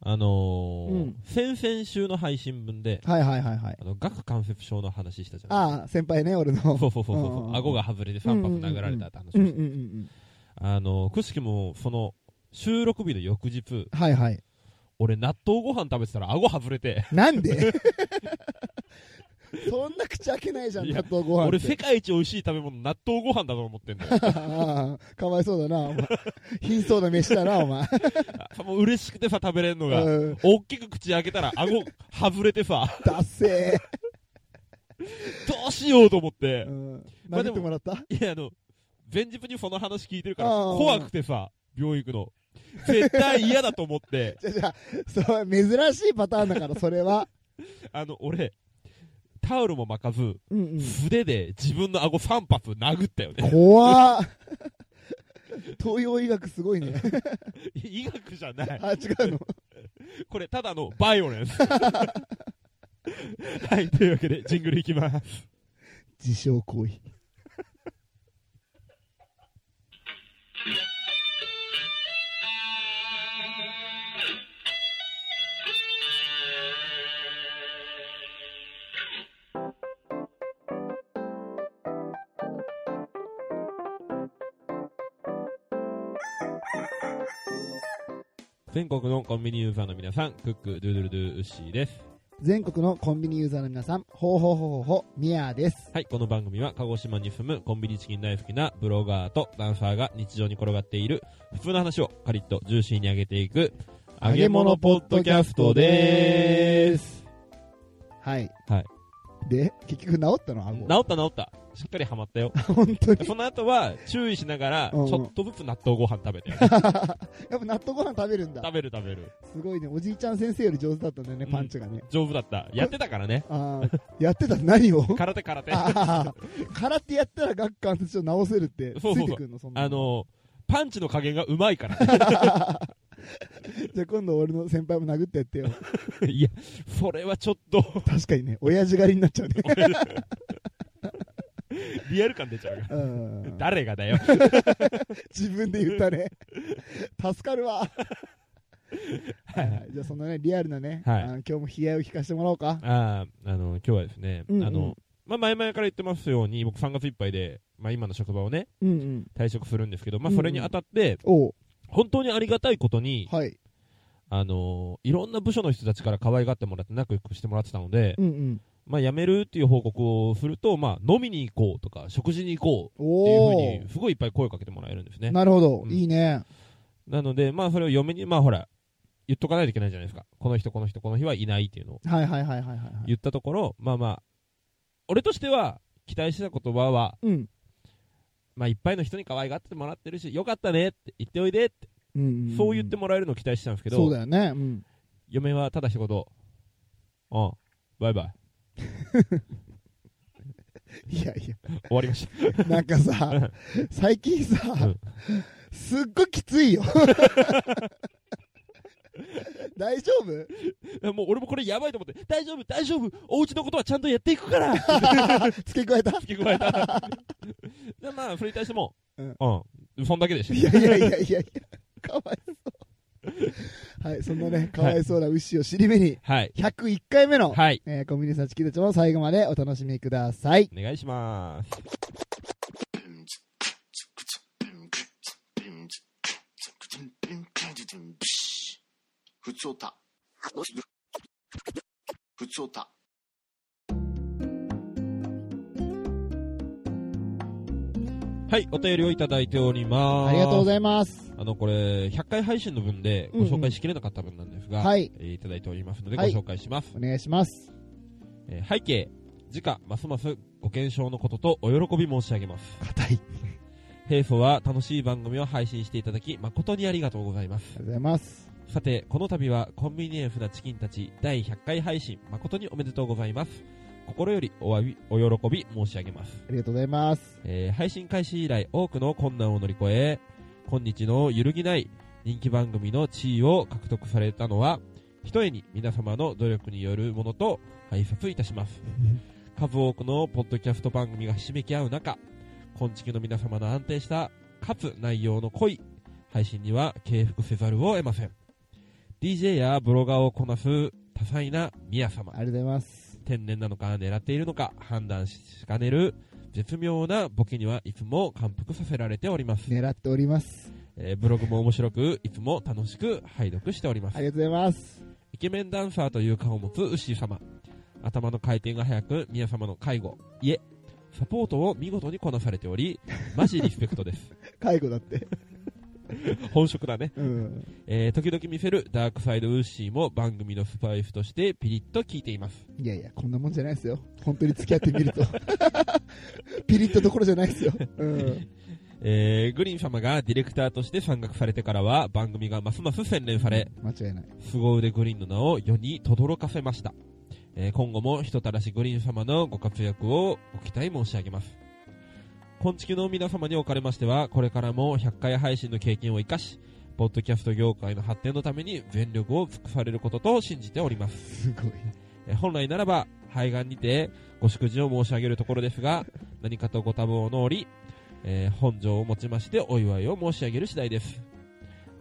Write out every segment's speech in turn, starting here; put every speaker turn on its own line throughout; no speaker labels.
あのー
うん
先々週の配信分で、
はいはいはいはい。
あの、顎関節症の話したじゃないです
ああ、先輩ね、俺の。
か。そうそうそうそう
うんうんうん
顎が外れて3発殴られたって話をし
う
て、
んうんうんうん。
あのーくしくも、その、収録日の翌日、
はいはい。
俺、納豆ご飯食べてたら顎外れて、
なんで そんな口開けないじゃん、
いや
納豆ご飯って。
俺、世界一美味しい食べ物、納豆ご飯だと思ってんだよ。
ああかわいそうだな、お前。貧相な飯だな、お前。
あもう嬉しくてさ、食べれんのが。
うん。
大きく口開けたら、顎、外れてさ、
達成。
どうしようと思って
う。ん。
まあで
投げ
も
てもらった
いや、あの、前日にその話聞いてるから、
あー
怖くてさ、病院行くの。絶対嫌だと思って、
じゃあじゃあそう、珍しいパターンだから、それは。
あの、俺、タオルも巻かず、
うんうん。
素手で自分の顎3発殴ったよね。
怖っ東洋医学すごいね。
医学じゃない。
あ、違うの。
これ、ただのバイオレン ス。はい、というわけで、ジングルいきます。
自傷行為。
全国のコンビニユーザーの皆さん、クック、ドゥドゥルドゥウッシーです。
全国のコンビニユーザーの皆さん、ほうほうほうほうほう、ミヤーです。
はい、この番組は鹿児島に住むコンビニチキン大好きなブロガーとダンサーが日常に転がっている普通の話をカリッとジューシーに上げていく揚げ物ポッドキャストでーす。
はい。
はい。
で、結局治ったの
治
顎。
った治った。しっかりハマったよ。
本当に。
その後は注意しながらち
うんうん
ょっとずつ納豆ご飯食べて。
やっぱ納豆ご飯食べるんだ
食。べる食べる。
すごいね。おじいちゃん先生より上手だったんだよね、
うん
パンチがね。
丈夫だった。やってたからね。
ああ、やってた何を
空手空手。あ
ああ、空手やったら顎関節症治せるって、つ
そうそうそう
いてくるの、そんな。
の、パンチの加減がうまいからね。
じゃあ今度俺の先輩も殴ってやってよ。
いや、それはちょっと、
確かにね、親父狩りになっちゃうね。
リアル感出ちゃうから。
うん。
誰がだよ。
自分で言ったね。助かる わ。はいはいじゃあそんなね、リアルなね、
はい
あの今日も悲哀を聞かせてもらおうか。
ああ、あの、今日はですね、
うんうん
あの、まあ、前々から言ってますように、僕3月いっぱいで、まあ、今の職場をね、
うんうん。
退職するんですけど、ま
う
あ、
んうん
それにあたって、
おう
本当にありがたいことに、
はい。
あのーいろんな部署の人たちから可愛がってもらって、仲良くしてもらってたので、
うんうん。
まあ、辞めるっていう報告をすると、まあ、飲みに行こうとか、食事に行こうっていうふう
お
に、すごいいっぱい声かけてもらえるんですね
お。。なるほど
う。ん
いいね。
なので、まあ、それを嫁に、まあ、ほら、言っとかないといけないじゃないですか。この人、この人、この日はいないっていうのを
はいはいはいはいはいはい。
言ったところ、まあまあ、俺としては、期待してた言葉は、
うん。
まあ、いっぱいの人に可愛がってもらってるし、よかったねって言っておいでって、
うんうんん
そう言ってもらえるのを期待してたんですけ
そ
ど
う、だよね。うん。
嫁はただ一言、うん、バイバイ、
いやい
終わりました。
や、なんかさ、最近さ、
ん
すっごいきついよ。 大丈夫
い やもう俺もこれやばいと思って、大丈夫、大丈夫、お家のことはちゃんとやっていくから、
付け加えた
付け加えた。でまあ、それに対しても、う
うんん、
そんだけでした。
いやいやいやいやいや、かわいそう。はい、そんなね、かわいそうな牛を尻目に、
はい。
101回目の、
はい。
えーコンビニさんチキたちも最後までお楽しみください。
お願いします。
ふつおた。ふつおた。
はい、お便りをいただいております。
ありがとうご
い
ざいます。
ます。あの、これ、100回配信の分でご紹介しきれなかった分なんですが、
はい、
えーいただいておりますので、ご
はい
紹介します。
お願いします。
えー背景、時価、ますますご検証のこととお喜び申し上げます。
硬い。あり
平素は楽しい番組を配信していただき、誠にありがとうございます
がと。うございます。
さて、この度はコンビニエンスなチキンたち第100回配信、誠におめでとうございます。心よりお詫び、お喜び申し上げます。
ありがとうございます。
えー配信開始以来多くの困難を乗り越え、今日の揺るぎない人気番組の地位を獲得されたのは、ひとえに皆様の努力によるものと拝察いたします。数多くのポッドキャスト番組がひしめき合う中、今月の皆様の安定した、かつ内容の濃い配信には敬服せざるを得ません。 DJ やブロガーをこなす多彩な宮様
ありがとうございます。
天然なのか狙っているのか判断しかねる絶妙なボケにはいつも感服させられております、
狙っております。
えーブログも面白くいつも楽しく拝読しております
ありがとうございます。
イケメンダンサーという顔を持つウッシー様頭の回転が速く宮様の介護いえサポートを見事にこなされておりマジリスペクトです
介護だって。
本職だね、
うん。
えー時々見せるダークサイドウッシーも番組のスパイスとしてピリッと効いています
いやいや、こんなもんじゃないですよ。本当に付き合ってみる と。ピリッとどころじゃないですよ。うん。
えーグリーン様がディレクターとして参画されてからは番組がますます洗練され、
間違いない。
凄腕グリーンの名を世に轟かせました。えー今後も人たらしグリーン様のご活躍をご期待申し上げます。今月の皆様におかれましては、これからも100回配信の経験を生かし、ポッドキャスト業界の発展のために全力を尽くされることと信じております。
すごい。
えー本来ならば肺がんにてご祝辞を申し上げるところですが 何かとご多忙をの折、えー本庄をもちましてお祝いを申し上げる次第です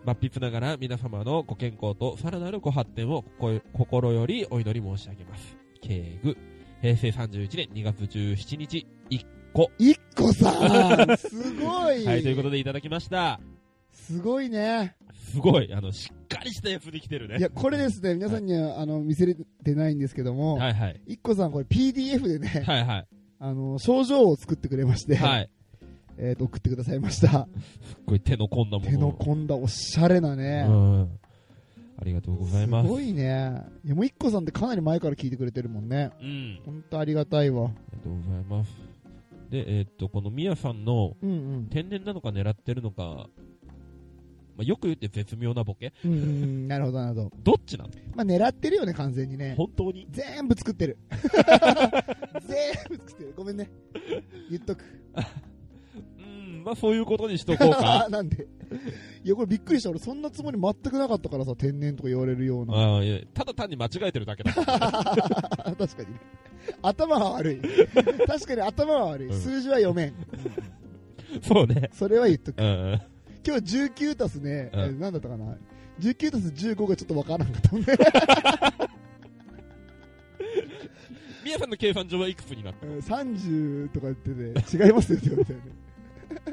抜筆ながら皆様のご健康とさらなるご発展を心心よりお祈り申し上げます敬具平成31年2月17日1個
一個さんすごい、
はいということでいただきました
すごいね。
すごいあのしっかりしたやつできてるね
いや、これですね、皆さんには、あの、見せれてないんですけども、
はいはい
いっこさんこれ PDF でね、
はいはい
あの、症状を作ってくれまして、
はい
えっ、と、送ってくださいました。
これ手の込んだもの
手の込んだおしゃれなね。
うんありがとうございます
すごいね。いや、もういっこさんってかなり前から聞いてくれてるもんね。
うん、
ほんとありがたいわ。
ありがとうございます。で、えーっと、このミヤさんの
うんうん。
天然なのか狙ってるのか、まあ、よく言って絶妙なボケ
うんうん、なるほどなるほど。
どっちなの
まあ、狙ってるよね、完全にね。
本当に
全部作っ てる。全部作ってる。ごめんね。言っとく。
うん、まあそういうことにしとこう か。
なんで。いや、これびっくりした。俺、そんなつもり全くなかったからさ、天然とか言われるような。
あーいやただ単に間違えてるだけだ。
あ 確かにね。頭は 悪い。確かに頭は悪い。
うん
数字は読めん。
そうね。
それは言っとく。
うん。
今日19足すね、
うん
えなんだったかな。19足す15がちょっとわからんかった もんね。
ミヤさんの計算上はいくつになった
うん30とか言ってて、違いますよって言われたよね。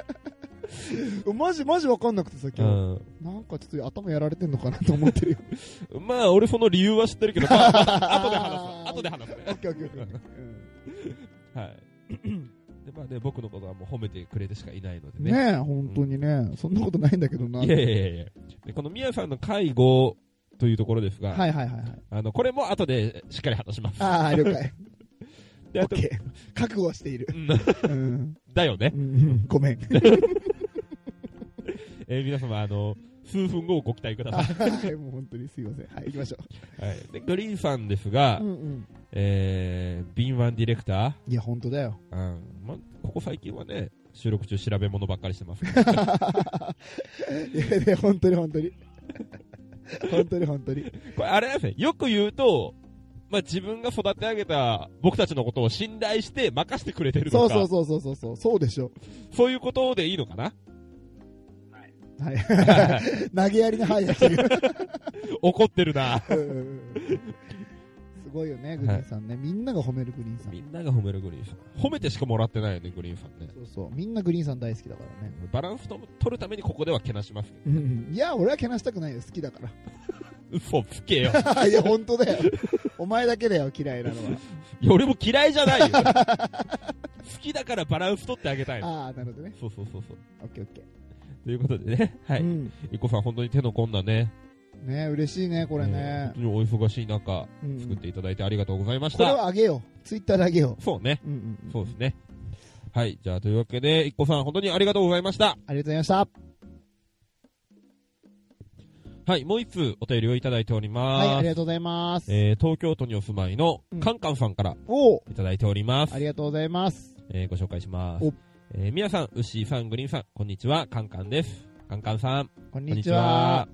マジマジわかんなくてさ、
う
今日。なんかちょっと頭やられてんのかなと思ってるよ。
ん。まあ俺その理由は知ってるけど、まあ、ま あ後で話す。後で話す
オ
ね
ッ。ケーオッケーオッケーオッケーう ん
はい。で、まあね、僕のことはもう褒めてくれてしかいないのでね。
ねえ、本当にね。そんなことないんだけどな。はいい
や
はいい
やいやいやでこのミヤさんの介護というところですが、
はいはい。
あの、これも後でしっかり話します。
ああ、了解。
で
オ
あ
ッ
と
ケー。覚悟はしている。
うん
うん
だよね
う。ん ごめ ん。
えー皆様、あの、数分後をご期待くださ
はい、 もう本当にすいません。はい、行きましょ
い。はい、でグリーンさんですが、
う。うんうん。
えー、敏腕ディレクタ
いや、本当だ よ。
ー、うんま、ここ最近はね、収録中調べ物ばっかりして ます。
いやいや、本当に本当に。本当に本当 に。
これ、あれなんですね、よく言うと、まあ、自分が育て上げた僕たちのことを信頼して任せてくれてる
そ
と
う
か、
そうそうそうそうそう。そうでしょ。
そういうことでいいのかな
はい。 投げやりの範囲が来てる。
怒ってるな。
うんうんうんすごいよね、グリーンさんね。みんなが褒めるグリーンさん。
みんなが褒めるグリーンさん。 褒めてしかもらってないよね、グリーンさんね。
そうそう。みんなグリーンさん大好きだからね。
バランスと取るためにここではけなしますけ
うんうんいや、俺はけなしたくないよ。好きだか
ど。嘘つけよ。
ら。い や、本当だよ。お前だけだよ、嫌いなのは。
いや、俺も嫌いじゃないよ。好きだからバランス取ってあげたいの。
ああ、なるほどね。
そうそうそうそう。
オッケーオッケー。
ということでね、は
う
い。
ん
ゆっこさん、本当に手の込んだね。
ね嬉しいね、これ
えー
ね
本。当にお忙しい中、
うん
作っていただいてありがとうございまし
これ
た。
はあげよう。ツイッターであげよ
そうね。
う。うんうんうん。
そうですね。はい。じゃあ、というわけで、いっこさん、本当にありがとうございました。
ありがとうございました。
はい。もう一通お便りをいただいております。
はい、ありがとうございます。
えー、東京都にお住まいの
うん、
カンカンさんから
おう
いただいております。
ありがとうございます。
えーご紹介します
お。
えー、皆さん、ウッシーさん、グリーンさん、こんにちは、カンカンです。カンカンさん、
こん
こん
に
に
ち
ち
は
は。。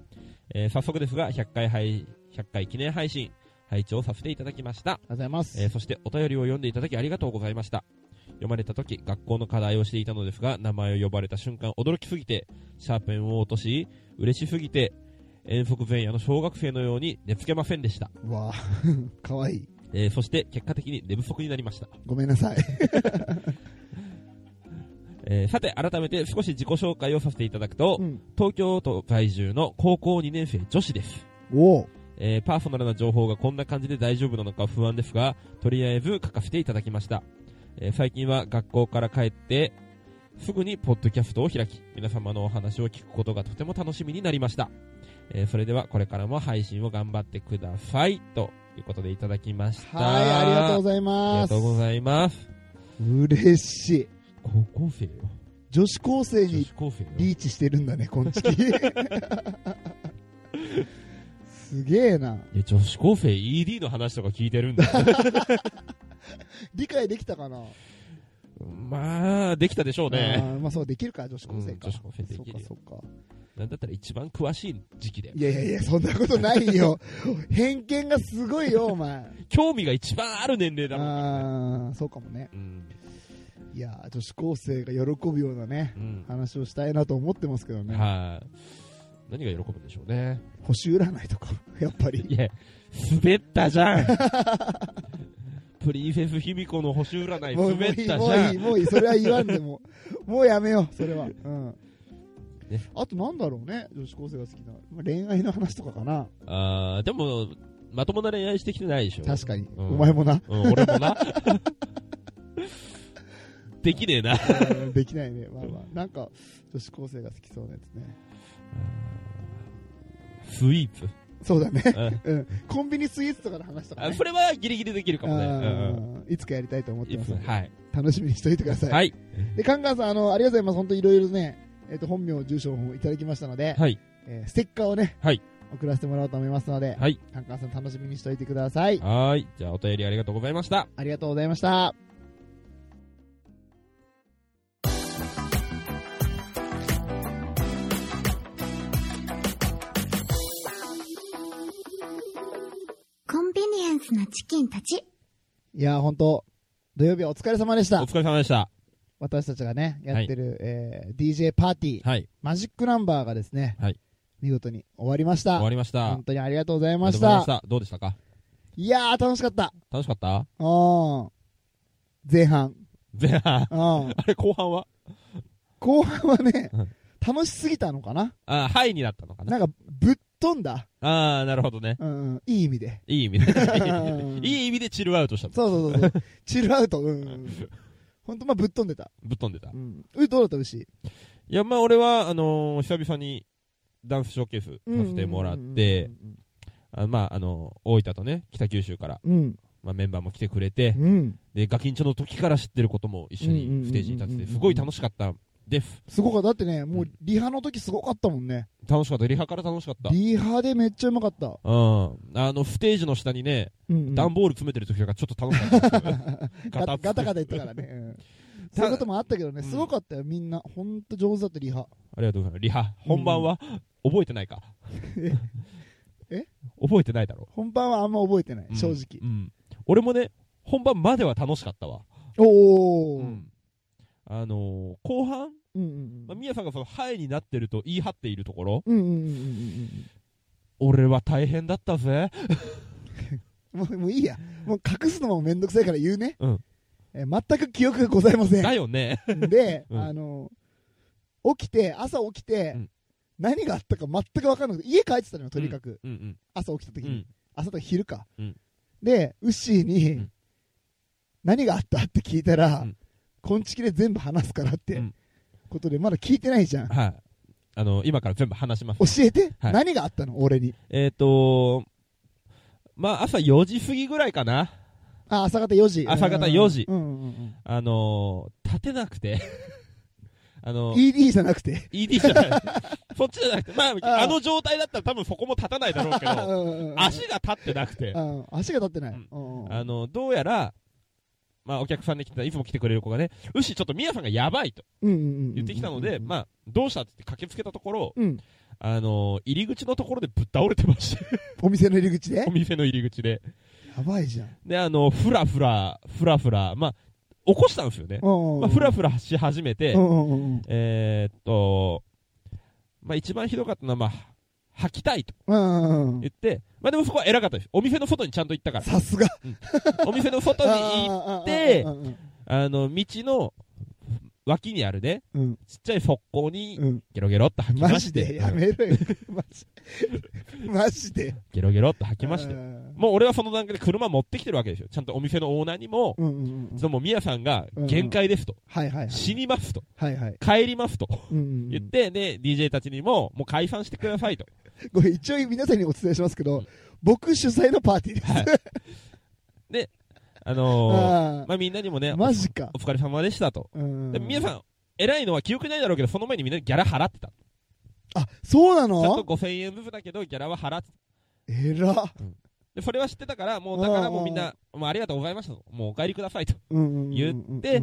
えー早速ですが、100回配、100回記念配信、拝聴させていただきました。
ありがとうございます。
えーそしてお便りを読んでいただきありがとうございました。読まれた時、学校の課題をしていたのですが、名前を呼ばれた瞬間、驚きすぎて、シャーペンを落とし、嬉しすぎて、遠足前夜の小学生のように寝つけませんでした。
わあ、 かわいい。
えーそして結果的に寝不足になりました。
ごめんなさい。
えーさて、改めて少し自己紹介をさせていただくと、
うん、
東京都在住の高校2年生女子です。
おお、
えーパーソナルな情報がこんな感じで大丈夫なのか不安ですが、とりあえず書かせていただきました。えー最近は学校から帰って、すぐにポッドキャストを開き、皆様のお話を聞くことがとても楽しみになりました。えーそれではこれからも配信を頑張ってください。ということでいただきました。
はい、ありがとう
ざい
ござい
あり
ま
が
す
とう。ございます。
嬉しい。
高校生よ。
女子高生
女
に
子高生よ。
リーチしてるんだね、こん ちき。すげえな。
いや女子高生 ED の話とか聞いてるんだよね
理解できたかな、
まあ、できたでしょう
あ
ね。
ーまあそう、できるか、女子高生
う
か。
ん女子高生できるよ
そうか、そうか。
なんだったら一番詳しい時期だよ
い。やいやいや、そんなことないよ。 偏見がすごいよ、お前。
興味が一番ある年齢だもん。
ああ、そうかもね。
うん。
いやー、女子高生が喜ぶようなね、
うん。
話をしたいなと思ってますけどね。
はい。何が喜ぶんでしょうね。
星占いとか、 やっぱり。
いや、滑ったじゃん プリンセス卑弥呼の星占い
もう
滑った
も
じ
う
ゃ
いい、もう
ん
いい、もういい、それは言わんでも。もうやめよう、それは。うん
ね。
あとなんだろうね、女子高生が好きな。まあ恋愛の話とかかな。
あー、でも、まともな恋愛してきてないでしょ。
確かに。
うん
お前もな。
うん、俺もな。 できねえな。
うんできないね。まあまあ。なんか、女子高生が好きそうなやつね。
スイーツ。
そうだね。
うん
うん。コンビニスイーツとかの話とか
あ
ね
そ。れはギリギリできるかもね。うんうん
うんいつかやりたいと思って
い
ま
つ
す。
はい。
楽しみにしておいてください。
はい。
で、カンカンさん、あの、ありがとうございます。本当いろいろね、えっ、と、本名、住所をいただきましたので、
はい。
えーステッカーをね、
はい
送らせてもらおうと思いますので、
はい。
カンカンさん楽しみにしておいてください。
はーい。じゃあ、お便りありがとうございました。
ありがとうございました。
コンビニエンスなチキンたち。
いやー、本当土曜日はお疲れ様でし
お
た。
疲れ様でした。
私たちがね、やってる、えー DJ パーティー、
はい。
マジックナンバーがですね、
はい
見事に終わりました。
終わりました。
本当にありがとうござい
あ
ま
りがとうござい
した。
ました。どうでしたか
いやー、楽しかった。
楽しかった
うん。前半。
前半。
うん。
あれ、後半は
後半はね
うん、
楽しすぎたのかな
あーはいになったのかな。
なんか、ぶっ飛んだ。
ああ、なるほどね。
うんうん、いい意味で。
いい意味で。
うん
いい意味でチルアウトしたの。
そうそ うそうそう。チルアウト。うんうん。ほんと、まあ、ぶっ飛んでた。
ぶっ飛んでた。い
うん。うどうだった、牛。
や、まあ、俺は、あのー、久々にダンスショーケースさせてもらって、あまあ、あのー、大分とね、北九州から、
うん。うん。
まあ、メンバーも来てくれて、
うん。
で、ガキンチョの時から知ってることも一緒
うんうんうんうんうん
にステージに立ってて、すごい楽しかったです。
すごかった。だってね、もう、リハの時すごかったもんね。
楽しかった。リハから楽しかった。うん。
リハでめっちゃうまかった。
あの、ステージの下にね、
うんうん。
段ボール詰めてる時とかちょっと楽しかったですよ。
ガタガタガタ言ってたからね。うんそういうこともあったけどね、
うん
すごかったよ、みんな。ほんと上手だった、リハ。
ありがとうございます。リハ、本番は、覚えてないか。
え
覚えてないだろ。
本番はあんま覚えてない、
うん
正直。
うん。俺もね、本番までは楽しかったわ。
おー。
う
うん
ん。あのー、後半、
うんうん
まあ、。みやさんがその、ハイになってると言い張っているところ、
うんうんうんうんうん
俺は大変だったぜ。
うん。もうもういいや。もう隠すのもめんどくさいから言うね。
うん
えー全く記憶がございません。
だよね。
で、
うん
あの、起きて、朝起きて、
うん
何があったか全く分かんなくて、家帰ってたのよ、とにかく。
うん
朝起き
う
た
ん。
時
う
に。
ん。
朝とか昼か。
うん
で、ウッシーに、
うん
何があったって聞いたら、
うん
こんちきで全部話すからって、
うん
ことで、まだ聞いてないじゃん。
はい。あのー、今から全部話します
教。えて、
はい
何があったの俺に。
えっとー、まあ、朝4時過ぎぐらいかな。
あ、朝方4時。
朝方4時
うんうんうん
あのー、立てなくて。 あ
う
の
ん。
ー
ED じゃなくて。
ED じゃない。 そっちじゃなくて、まあ、
あ
あの状態だったら多分そこも立たないだろうけ ど、足が立ってなくて
う、ん足が立ってない。
うん
うんうん
あの、どうやら、まあ、お客さんで来た、いつも来てくれる子がね、うし、ちょっとみやさんがやばいと
うんうんうんうん
言ってきたので、まあ、どうしたって言って駆けつけたところ、
うん。
あの、入り口のところでぶっ倒れてま した。
お店の入り口で
お店の入り口で。
やばいじゃん。
で、あの、ふらふら、ふらふら、まあ、起こしたんですよね。ま
ま
あ、ふらふらし始めて
う、んうんうんうん
えーっと、まあ、一番ひどかったのは、まあ、履きたいと
うん。
言って、まあでもそこは偉かったです。お店の外にちゃんと行 ったから。
さすが。
お店の外に行っってあの、道の脇にあるね、
うん。
ちっちゃい側溝に
うん。
ゲロゲロっと吐き
マ
ま
ジ
して、
でや
うん
めろよ。 マジで。マジで。
ゲロゲロっと吐きまして
う、ん
もう俺はその段階で車持ってきてるわけですよ。ちゃんとお店のオーナーにも、
うんうんうん。
そのもう宮さんが
うん
限界ですと、
はいはいはい。
死にますと、
はいはい。
帰りますと、
うんうんうん
言って、で、DJ たちにも、もう解散してくださいと。
ごめん一応皆さんにお伝えしますけ
う
ど
ん、
僕主催のパーティーです。
はいあの
あ
ー、まあみんなにもね
あ、マジか
お。疲れ様でしたと。
うん
で皆さん、偉いのは記憶ないだろうけど、その前にみんなギャラ払ってた。ち
あ、そうな
ゃんと
の
5000円ずつだけど、ギャラは払って
えら。
で、それは知ってたから、もうだからもうみん
あ
な、もうありがとうございましたと。もうお帰りくださいと。
言
言って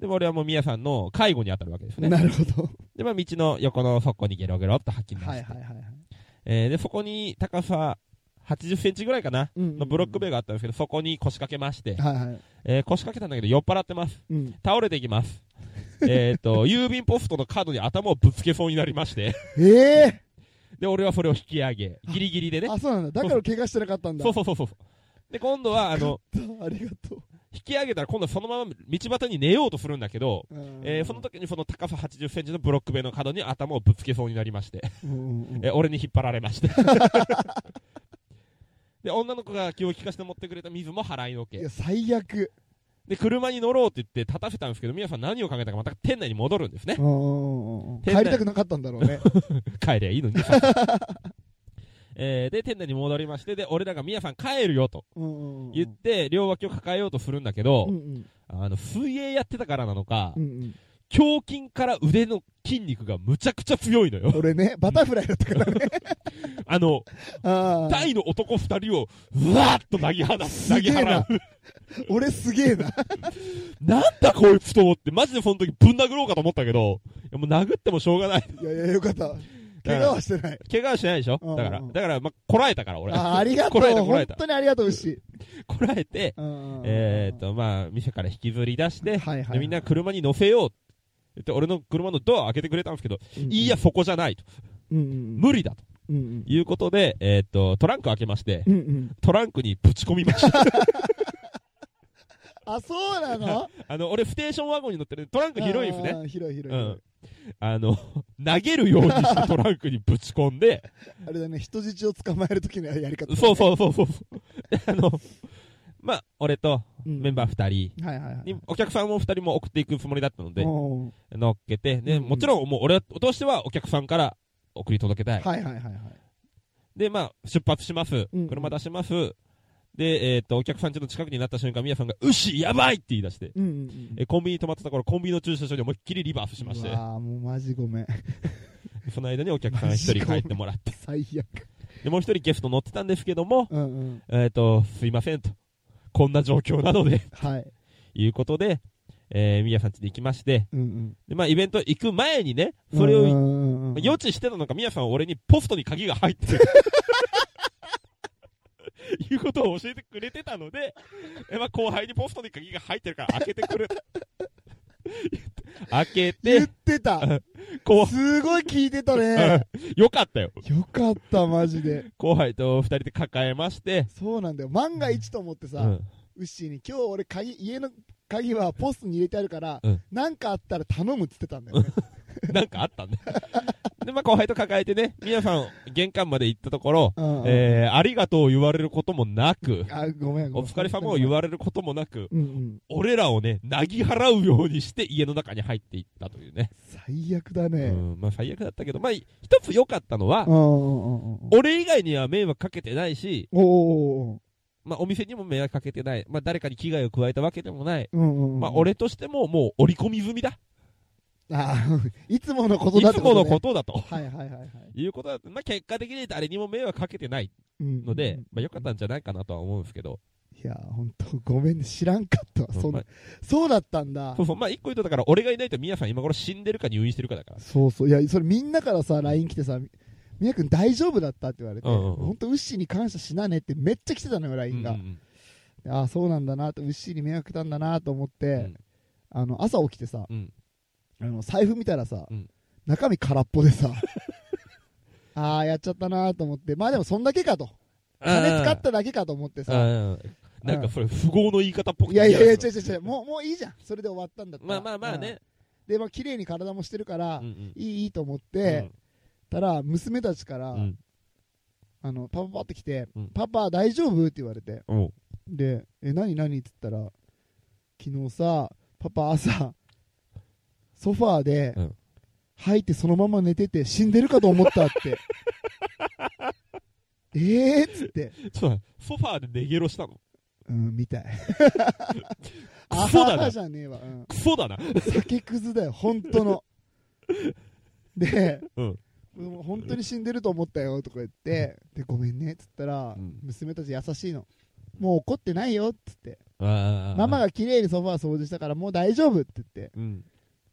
で、俺はもう宮さんの介護に当たるわけですね。
なるほど。
で、まあ道の横の底にゲロゲロっと吐き出して、
はいはいはいはい。
えーで、そこに高さ80センチぐらいかな。の
の
ブロック塀があったんですけど、そこに腰掛けまして、
はいはい。
えー腰掛けたんだけど酔っ払ってます。
うん。
倒れていきます。 えっと、郵便ポストの角に頭をぶつけそうになりまして、
ええ
で、俺はそれを引き上げ、ギリギリでね。
あ、そうなんだ。だから怪我してなかったんだ。
そうそうそうそう。で、今度は、あ の、
ありがとう。
引き上げたら今度はそのまま道端に寝ようとするんだけど、
うん
えーその時にその高さ80センチのブロック塀の角に頭をぶつけそうになりま して、
うんうんうん
えー俺に引っ張られまして。 で、女の子が気を利かせて持ってくれた水も払いの
い
け
や。最悪。
で、車に乗ろうって言って立たせたんですけど、皆さん何を考えたかまた店内に戻るん ですね。
うんうんうんうん
店内
帰りたくなかったんだろ うね。
帰りゃいい のに。えーで、店内に戻りまして、で、俺らが皆さん帰るよと
うんうんうん
言って、両脇を抱えようとするんだけど、
うんうん
あの、水泳やってたからなのか、
うん
胸筋から腕の筋肉がむちゃくちゃ強いの
う
よ
ん。俺ね、バタフライだったか らね。
あの、
あー
タイの男二人を、うわーっと投げ放す、投
すげ
げ払
え
う
な。。俺すげえな。
なんだこいつと思って、マジでその時ぶん殴ろうかと思ったけど、いやもう殴ってもしょうがない。
いやいや、よかった。怪我はしてない。
怪我はしないでしょ
うん
だから、
うん
だから、まあ、こらえたから、俺。
あーありがと
こ
う。
らえた、こらえ
本
た。
当にありがとう、牛。
こらえて、えーっと、まあ、店から引きずり出して、
はいはい
でみんな車に乗せようって言って、俺の車のドアを開けてくれたんですけど、いいや、、そこじゃないと。
うんうん
無理だと
うんうん
いうことで、えーっと、トランク開けまして、
うんうん。
トランクにぶち込みました。
あ、そうなの
あの、俺、ステーションワゴンに乗ってるんでトランク広いですね。
あー。広い広
う
い。
ん。あの、投げるようにしてトランクにぶち込ん で、
あれだね、人質を捕まえる時のやり方。
そうそうそうそうそう。であの、まあ、俺と
うん
メンバー2人、
はいはいはい。
にお客さんも2人も送っていくつもりだったので、
おー
乗っけて、で、
うん
もちろんもう俺としてはお客さんから送り届けたい。
はいはいはいはい。
で、まあ、出発します。
うん
車出します。で、えっと、お客さんちの近くになった瞬間、みやさんが、うし、やばいって言い出して、
うんうん
えコンビニに止まってた頃、コンビニの駐車場に思いっきりリバースしまして、
ああ、もうマジごめん。
その間にお客さん1人帰ってもらって、
最悪。
で、もう1人ゲスト乗ってたんですけども、
うんうん。
えっ、と、すいませんと。こんな状況なので、
はい。
いうことで、えー、みやさん家に行きまして、
うんうん。
で、まあ、イベント行く前にね、それを
を
予知してたのか、みやさんは俺にポストに鍵が入ってる。 いうことを教えてくれてたので、えまあ、後輩にポストに鍵が入ってる から開けてくれ。開け、
言っててた。
後輩、
すごい聞いてたね。
よかったよ。
よかった、マジで。
後輩と二人で抱えまして、
そうなんだよ。万が一と思って
う
さ、
ん、
ウッシーに今日俺鍵、家の鍵はポストに入れてあるから
うん、
なんかあったら頼むっつってたんだよね。
なんかあったんだよ。 で、まあ、後輩と抱えてね、みやさん玄関まで行ったところ、
うんうん
えー、ありがとうを言われることもなく、
あ、ごめん、ご
お
めん。
疲れ様を言われることもなく、
うんうん。
俺らをね、なぎ払うようにして家の中に入っていったというね。
最悪だ
う
ね。
ん、まあ最悪だったけど、まあ一つ良かったのは
う、んうんうんうんうん。
俺以外には迷惑かけてないし、
おおお
まあお店にも迷惑かけてない、まあ誰かに危害を加えたわけでもない。
うんうんうん。
まあ、俺としてももう織り込み済みだ。
あー いつものこと
い
だっ
つ
て
も
こと
の
ね
ことだと。
はいはいはいはい。
いうことだと、まあ結果的に誰にも迷惑かけてない
うん
ので、まあ良かったんじゃないかなとは思うんですけど。
いや、本当ごめんね。知らんかったわ。そん
まあ
な、そうだったんだ
そう。そう、まあ一個言うとだから俺がいないと皆さん今頃死んでるか入院してるかだから。
そうそう。いや、それみんなからさ、LINE 来てさ、みみやくん大丈夫だったって言われて、
うんうんうん
本当ウッシーに感謝しなねってめっちゃ来てたのよ、LINE が。
うんうんうん
ああ、そうなんだなと、ウッシーに迷惑かけたんだなと思って、
うん
あの、朝起きてさ、
うん
あの財布見たらさ、
うん
中身空っぽでさ、ああ、やっちゃったなーと思って。まあでもそんだけかと。金使っただけかと思って
あ
さ。
ーなんかそれ、不合の言い方っぽくて
いやいやいや、違う
嫌
違う違う。もう、もういいじゃん。それで終わったんだった
ま
ら
あまあまあ。
うん
ね。
で、まあ綺麗に体もしてるから
うんう、ん
いいいいと思っ
う
て
ん、
たら、娘たちから
う、ん
あの、パパパって来て
うん、
パパ大丈夫って言われて。
おう
で、え、何何って言ったら、昨日さ、パパ朝、ソファーで
うん、
吐いてそのまま寝てて死んでるかと思ったって。 えーっつって、
ちょっと待ってソファーで寝ゲロしたの。
うん、みたい。
クソだ
あはは
な。
じゃねえわ。うん
クソだな。
酒くずだよ、本当の。で、
うん
もう本当に死んでると思ったよとか言って、でごめんねっつったら、
うん
娘たち優しいの。もう怒ってないよっつって、マ
マ
マ、が綺麗にソファー掃除したからもう大丈夫って言って、
うん。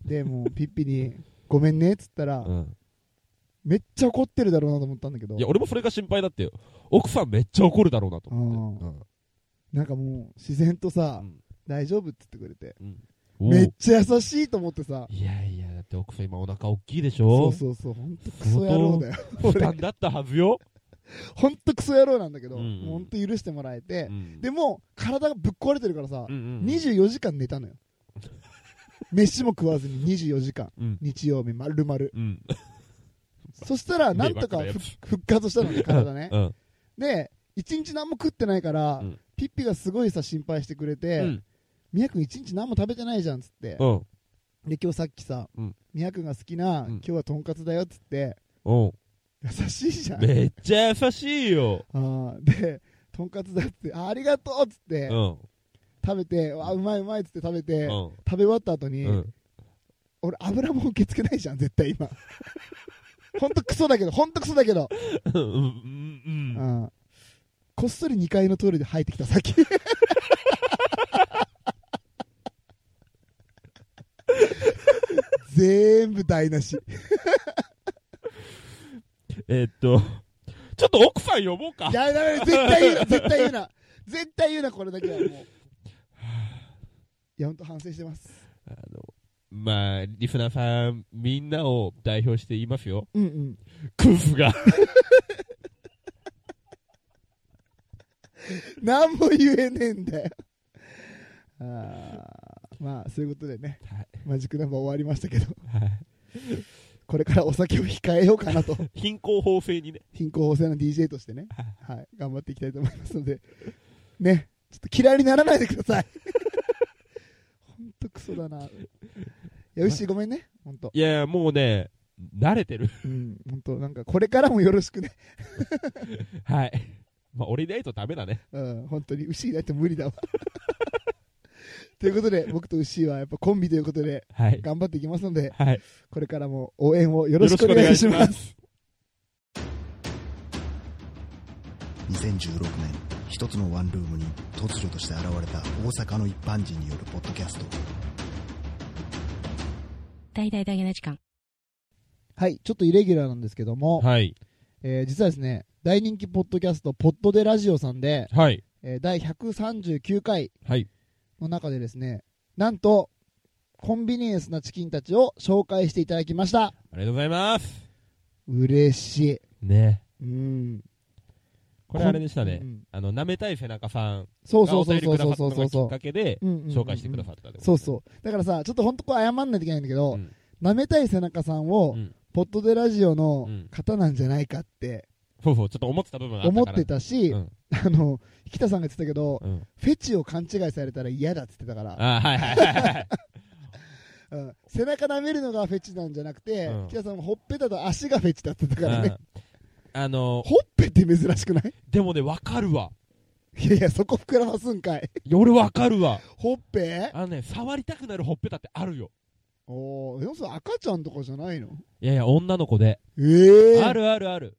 で、もうピッピに、ごめんねっつったら、
うん
めっちゃ怒ってるだろうなと思ったんだけど
い、や、俺もそれが心配だってよ。奥さんめっちゃ怒るだろうなと
う
思っ
ん
て。うん
なんかもう自然とさ、
うん
大丈夫って言ってくれて、
おう
めっちゃ優しいと思ってさ、
いやいや、だって奥さん今お腹大きいでし
そ
ょ
うそうそう、ほんとクソ野郎だよ。
負担だったはずよ。
ほんとクソ野郎なんだけど、
うんうん
ほんと許してもらえて、
で
でも体がぶっ壊れてるからさ、
も
24時間寝たのよ飯も食わずに24時間
うん。
日曜日まるまる
うん。
そしたらなんとか
迷惑なや
ふ
つ
復活したのね体ね
うん。
で1日何も食ってないから、
うん
ピッピがすごいさ心配してくれて、
うん
みやくん1日何も食べてないじゃんっつって、
うん。
で今日さっきさ、
うん
みやくんが好き
う
な、
ん
今日はとんかつだよっつって
うん。
優しいじゃん、
めっちゃ優しいよ。
あーでとんかつだっつってあありがとうっつって、
うん。
食べてわあうまいうまいっつって食べて、
うん。
食べ終わった後に、
うん。
俺油も受け付けないじゃん絶対今 ほんとクソだけどほんとクソだけど、
うん。う。
うんん、こっそり2階のトイレで入ってきたさっき全部台無し
えーっと、ちょっと奥さん呼ぼうか
い。やだめ絶対 言うな絶対言うな絶対言うなこれだけはもういやほんと反省してます
あの、まあ、リフナーさん、みんなを代表して言いますよ。
うんうん
クズが。
何も言えねえんだよあーまあそういうことでねマジックナンバー終わりましたけどこれからお酒を控えようかなと
貧困法制にね。
貧困法制の DJ としてね、はい、頑張っていきたいと思いますのでねちょっと嫌いにならないでくだ さいほんとクソだないやうっしーごめんねほんと
いや、もうね、慣れてる。
うんほんとなんかこれからもよろしくね
はい。まあ、俺いないとダメだね。
うん本当にうっしーだって無理 だわということで僕とうっしーはやっぱコンビということで
はい。
頑張っていきますので
はい。
これからも応援をよろしくお願いします
す。
2016年一つのワンルームに突如として現れた大阪の一般人によるポッドキャスト
大々大げな時間。
はいちょっとイレギュラーなんですけども、
はい。
えー実はですね大人気ポッドキャスト「ポッドでラジオ」さんで、
はい。
えー第139回
はい。
の中でですねなんとコンビニエンスなチキンたちを紹介していただきました
ありがとうございます。
嬉し
ね。
いうん
これあれでしたね
う。ん
あの、舐めたい背中さん
そう
が
そう
お
そ
便
う
り
そう
くだ
そ
さ
う
った
そ
の
う
がき
そうそ
っかけで、
うんうんうん
紹介してくださったってこと
そうそうだからさちょっと本当こう謝んないといけないんだけど、
うん
なめたい背中さんを、
うん
ポッドでラジオの
うん
方なんじゃないかって
そうそう、ちょっと思ってた部分があったから。
思ってたし、
うん
あの引田さんが言ってたけど、
うん。
フェチを勘違いされたら嫌だって言ってたから
あはいはい はいはい。
うん背中舐めるのがフェチなんじゃなくて、
うん
北さんもほっぺたと足がフェチだって言ったから
う
ね
ん、あの、
ほっぺって珍しくない
でもね、わかるわ。
いやいや、そこ膨らますんかい。
俺わかるわ。
ほっぺ
あのね、触りたくなるほっぺたってあるよ。
おお、でもそれ赤ちゃんとかじゃないの
いやいや、女の子で。
ええ
あるあるある。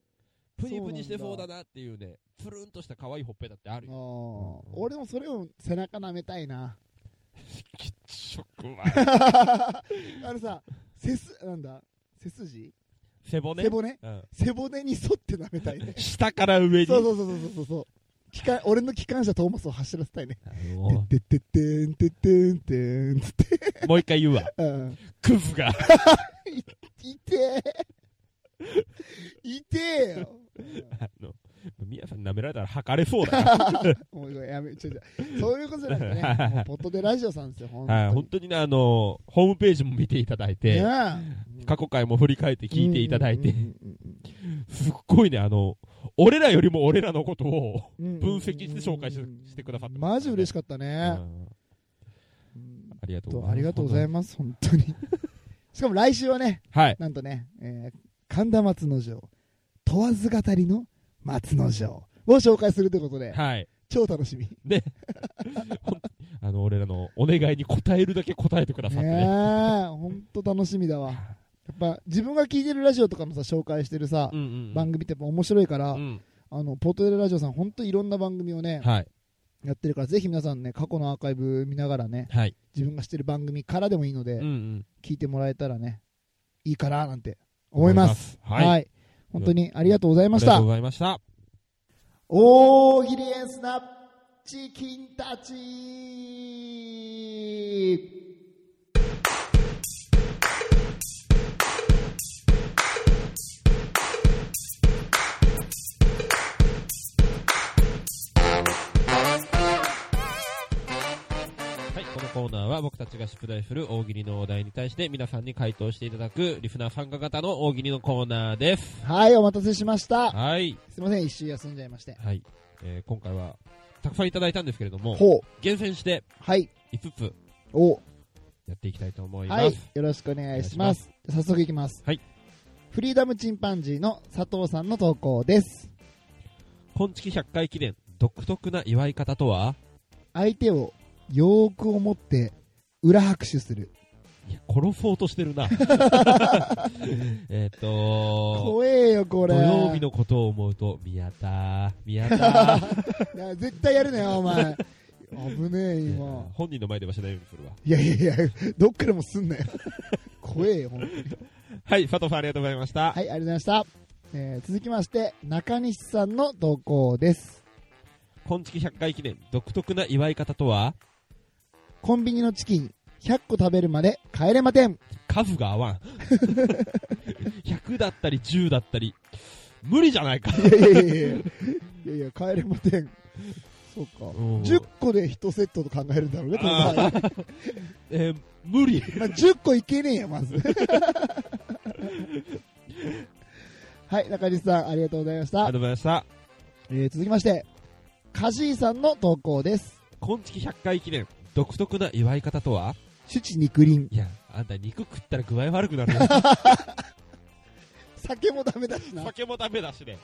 プニプニして
そ
そううだ
なん
なっていうね、つるんとした可愛いほっぺたってある
あ
よ。
ー俺もそれを背中舐めたいな。
きっしょくわ。
あのさ、背す、なんだ背筋
背骨
背骨
うん。。
背骨に沿って舐めたいね
下から上に。
そうそうそうそうそうそう。機関俺の機関車トーマスを走らせたいね。
あの
てってってんてってんてんつって。
もう一回言うわ。
うん
クズが。
いてえいてえよ。
あの、宮さん舐められたら吐かれそうだな。
もうやめ、ちょちょ、そういうことじゃなくてね、もうポットでラジオさんですよ、本当 に。
はい、本当にね、あの、ホームページも見ていただいて、
ねえ
過去回も振り返って聞いていただいて
うん、
すっごいね、あの、俺らよりも俺らのことを
うんうんうんうん
分析して紹介ししてくださって
マジ嬉し
かっ
かっ
た
たね。
ありがとうござい
と
ます。
ありがとうございます、本 当に。しかも来週はね、
す。はい。
なんとね、えー神田松之丞、問わず語りの松之丞を紹介するということで、
はい。
超楽しみ。
で、ほんあの、俺らのお願いに応えるだけ答えてくださって
ねえ
ね。、
本当楽しみだわ。やっぱ自分が聞いてるラジオとかのさ、紹介してるさ、
うんうんうん
番組ってやっぱ面白いから、
うん
あの、ポートレララジオさん、本当いろんな番組をね、
はい。
やってるから、ぜひ皆さんね、過去のアーカイブ見ながらね、
はい。
自分がしてる番組からでもいいので、
うんうん。
聞いてもらえたらね、いいかななんて思います。
思いますはい
本当にありがとうございまし
ありが
た
とう。ございました。
大喜利エンスなチキンたち
はい、このコーナーは僕たちが出題する大喜利のお題に対して皆さんに回答していただくリスナー参加型の大喜利のコーナーです。
はい、お待たせしました。
はい。
すいません、一周休んじゃいまして。
はい。えー今回はたくさんいただいたんですけれども、
ほう。
厳選して
はい。
5つ
お
やっていきたいと思います。
はい。よろしくお願いします。早速いきます。
はい。
フリーダムチンパンジーの佐藤さんの投稿です。
今月100回記念、独特な祝い方とは
相手をよーく思って裏拍手する。
いや、殺そうとしてる な。 えっと、
怖えよ、こ
土
れ。
曜日のことを思うと、宮田、宮 田、
いや絶対やるなよ、お前。危ねえ、今。
本人の前ではしないようにするわ。
いやいやいや、どっからもすんなよ。怖えよ、ほんとに。
はい、佐藤さんありがとうございました。
はい、ありがとうございました。えー続きまして、中西さんの投稿です。
今月100回記念、独特な祝い方とは
コンビニのチキン、100個食べるまで帰れません。
数が合わん。100だったり10だったり、無理じゃないか。
いやいやいやいや、いやいや帰れません。そうか。
ん
10個で1セットと考えるんだろうね、この場合。
あえー無理。
まあ、10個いけねえよ、まず。はい、中西さん、ありがとうございま
あ
した
りが。とうございました。
えー続きまして、カジーさんの投稿です。
今月100回記念、独特な祝い方とは
シュチ肉林。
いや、あんた肉食ったら具合悪くな るよ。
酒もダメだしな。
酒もダメだしね。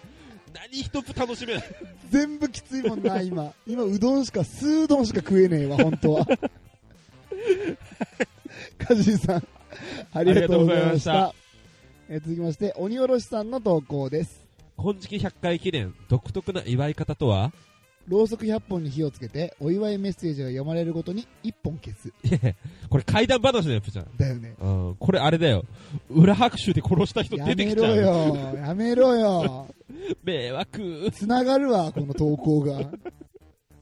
何一つ楽しめない。
全部きついもんな、今。今、うどんしか、酢うどんしか食えねえわ、本当 は。カジーさん、ありがとうございまし
ありが
た。えー続きまして、鬼おろしさんの投稿です。
今月100回記念、独特な祝い方とは
ろうそく100本に火をつけて、お祝いメッセージが読まれるごとに1本消す。
いやこれ怪談話のやつじゃん。
だよね。
うん、これあれだよ。裏拍手で殺した人
や
出て
め
きち
ろ
ゃう。
よ、やめろよ。
迷惑。
つながるわ、この投稿が。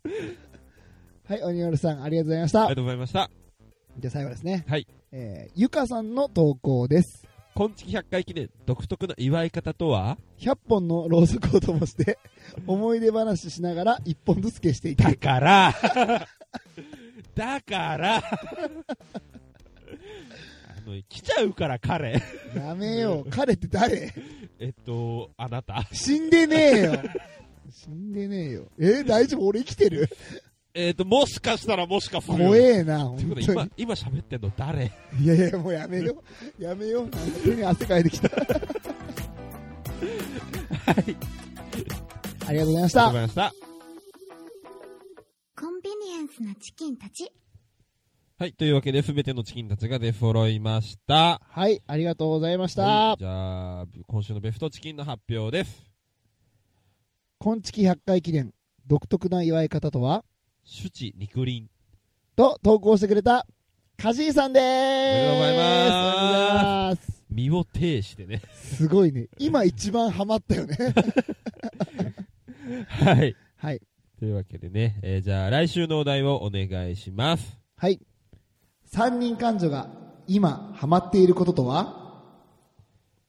はい、鬼おろしさん、ありがとうございま
あ
した
りが。とうございました。
じゃあ最後ですね。
はい。
えーゆかさんの投稿です。
今月100回記念、独特な祝い方とは
100本のろうそくを灯して、 思い出話しながら1本ずつ消していた。
だ から、だから、あの、来ちゃうから彼。
やめ よう。彼って誰
えっと、あなた。
死んでねえよ。死んでねえよ。えー大丈夫俺生きて る
えっと、もしかしたらもしかする。
怖えな、
という
本
ことで
当
今
に。、
今喋ってんの誰
いやいや、もうやめよう。やめよう。なんか手に汗かいてきた。
はい。
ありがとうござい
ありがとうご
ました。
ざいました。
コンビニエンスなチキンたち。
はい。というわけで、すべてのチキンたちが出揃いました。
はい、ありがとうございまし
は
た
い。じゃあ、今週のベストチキンの発表です。
今月100回記念、独特な祝い方とは
シュチ肉林。
と投稿してくれた、カジーさんでーす。
おめでとうございます
ありがとうございます。
身を挺してね。
すごいね。今一番ハマったよね。
はい。
はい。
というわけでね、えーじゃあ来週のお題をお願いします。
はい。三人感情が今ハマっていることとは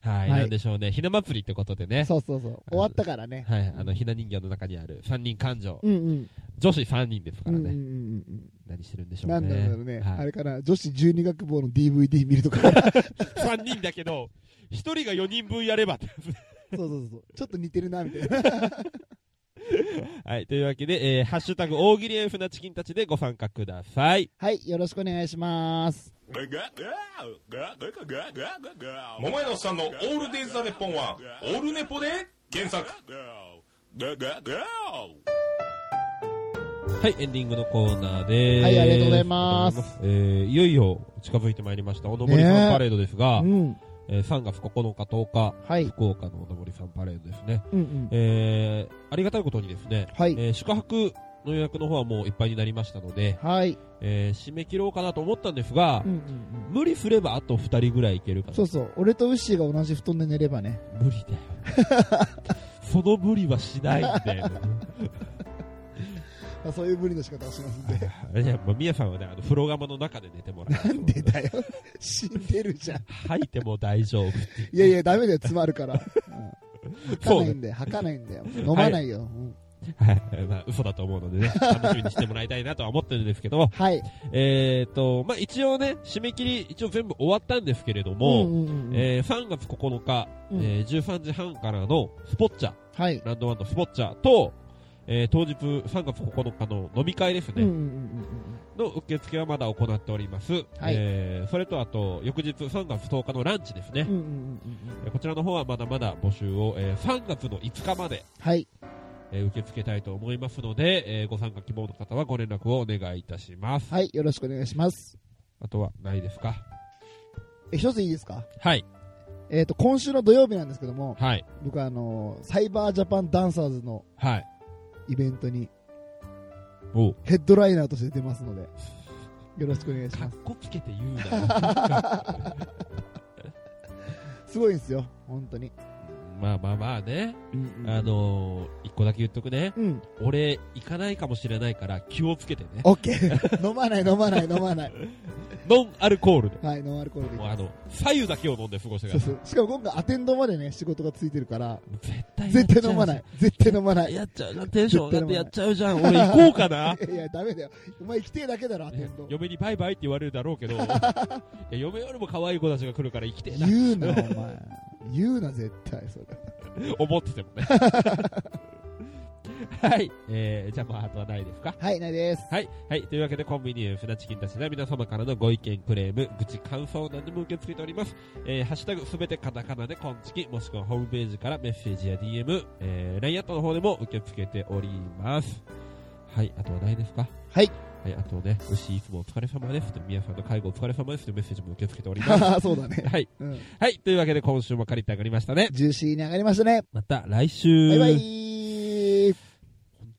はい、
はい
なんでしょうね。ひな祭りってことでね。
そうそうそう。終わったからね。
はい、あの、ひな人形の中にある三人感情。
うんうん。
女子三人ですか
う
ら
んうんうん
ね。
うん
何してるんでし
うん。
ょう
な
ね。
んだろうね。
はい
あれかな、女子十二学部の DVD 見ると か。そう
3人だけど、1人が4人分やればってやつね
そうそうそう。ちょっと似てるな、みたいな。
はい、というわけで、えーハッシュタグ大喜利エンフなチキンたちでご参加ください。
はい、よろしくお願いします。
桃屋のおっさんのオールデイズ・ザ・ネッポンは、オールネポで検索。
はい、エンディングのコーナーです。
はいありがとうございます
ありがとうございます。えーいよいよ近づいてまいりました、おのぼりさんパレードですが、
うん。
えー3月9日、10日、
はい。
福岡のおのぼりさんパレードですね。
うんうん。
えーありがたいことにですね、
はい
えー宿泊の予約の方はもういっぱいになりましたので、
はい。
えー締め切ろうかなと思ったんですが、
うんうんうん。
無理すればあと2人ぐらいいけるかな
そうそう。俺とウッシーが同じ布団で寝ればね。
無理だよその無理はしないみたいな
まあそういう無理の仕方をしますん で。
いやまあ、みやさんはねあの風呂釜の中で寝てもらう
なん でだよ。 死んでるじゃん。
吐いても大丈夫って いう
いやいや、ダメだよ、詰まるから。うん吐か
そう
な
ね
いんだよ、吐かないんだよ。飲まないよ。うん
はいまあ、嘘だと思うのでね、楽しみにしてもらいたいなとは思ってるんですけど、
はい。
えっと、まあ、一応ね、締め切り、一応全部終わったんですけれど
う
も、
んうんうん
えー3月9日、
うん
えー13時半からのスポッチャ、
はい。
ランドワンのスポッチャと、えー当日3月9日の飲み会ですね、
うんうんうん
の受付はまだ行っております。えーそれとあと、翌日3月10日のランチですね。
うんうんうんうんうん
えーこちらの方はまだまだ募集を、えー3月の5日まで、
はい。
えー受け付けたいと思いますので、えーご参加希望の方はご連絡をお願いいたします。
はい。よろしくお願いします。
あとはないですか
え、一ついいですか
はい。
えっと、今週の土曜日なんですけども、
はい。
僕はあのー、サイバージャパンダンサーズの
はい。
イベントに
おう
ヘッドライナーとして出ますので、よろしくお願いし
か
ま
っ
す。
こつけて言うなよ
すごいんですよ、本当に。
まあまあまあね。
うん
あ、のー、一個だけ言っとくね。
うん。
俺、行かないかもしれないから気をつけてね。
オッケー。 飲まない、飲まない、飲まない。
ノンアルコールで。
はい、ノンアルコールでいき
もう
ま
あ
す
の、左右だけを飲んで過ごしてく
そ
ださい。
うそう。しかも今回アテンドまでね、仕事がついてるから、
絶対
絶対飲まない。絶対飲まない。い
やっちゃうじゃん、テンション上がってやっちゃうじゃん。
絶
俺
対飲
行
ま
こうかな。
やいや、ダメだよ。お前生きてえだけだろ、アテンド。
嫁にバイバイって言われるだろうけ ど、いや嫁よりも可愛い子たちが来るから生きてえな。
言うな、お前。言うな、絶対、それ。
思ってても ね。はい。えー、じゃあまあ、あとはないですか
はい、ないです。
はい。はい。というわけで、コンビニエンスなチキンたちでは皆様からのご意見、クレーム、愚痴、感想を何でも受け付けております。えー、ハッシュタグすべてカタカナでコンチキ、もしくはホームページからメッセージや DM、えー、LINE アットの方でも受け付けております。はい。あとはないですか
はい。
はい。あとね、牛いつもお疲れ様ですと、皆さんの介護お疲れ様ですというメッセージも受け付けており ます。
ああ、 そうだね。
はい。
うん。
はい。というわけで、今週も借りて上がりましたね。
ジューシーに上がりましたね。
また来週。
バイバ
ほん
イ。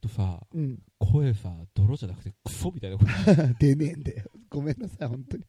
とさ、
うん。
声さ、泥じゃなくてクソみたいな声。
出ねえんだよ。ごめんなさい、本当に。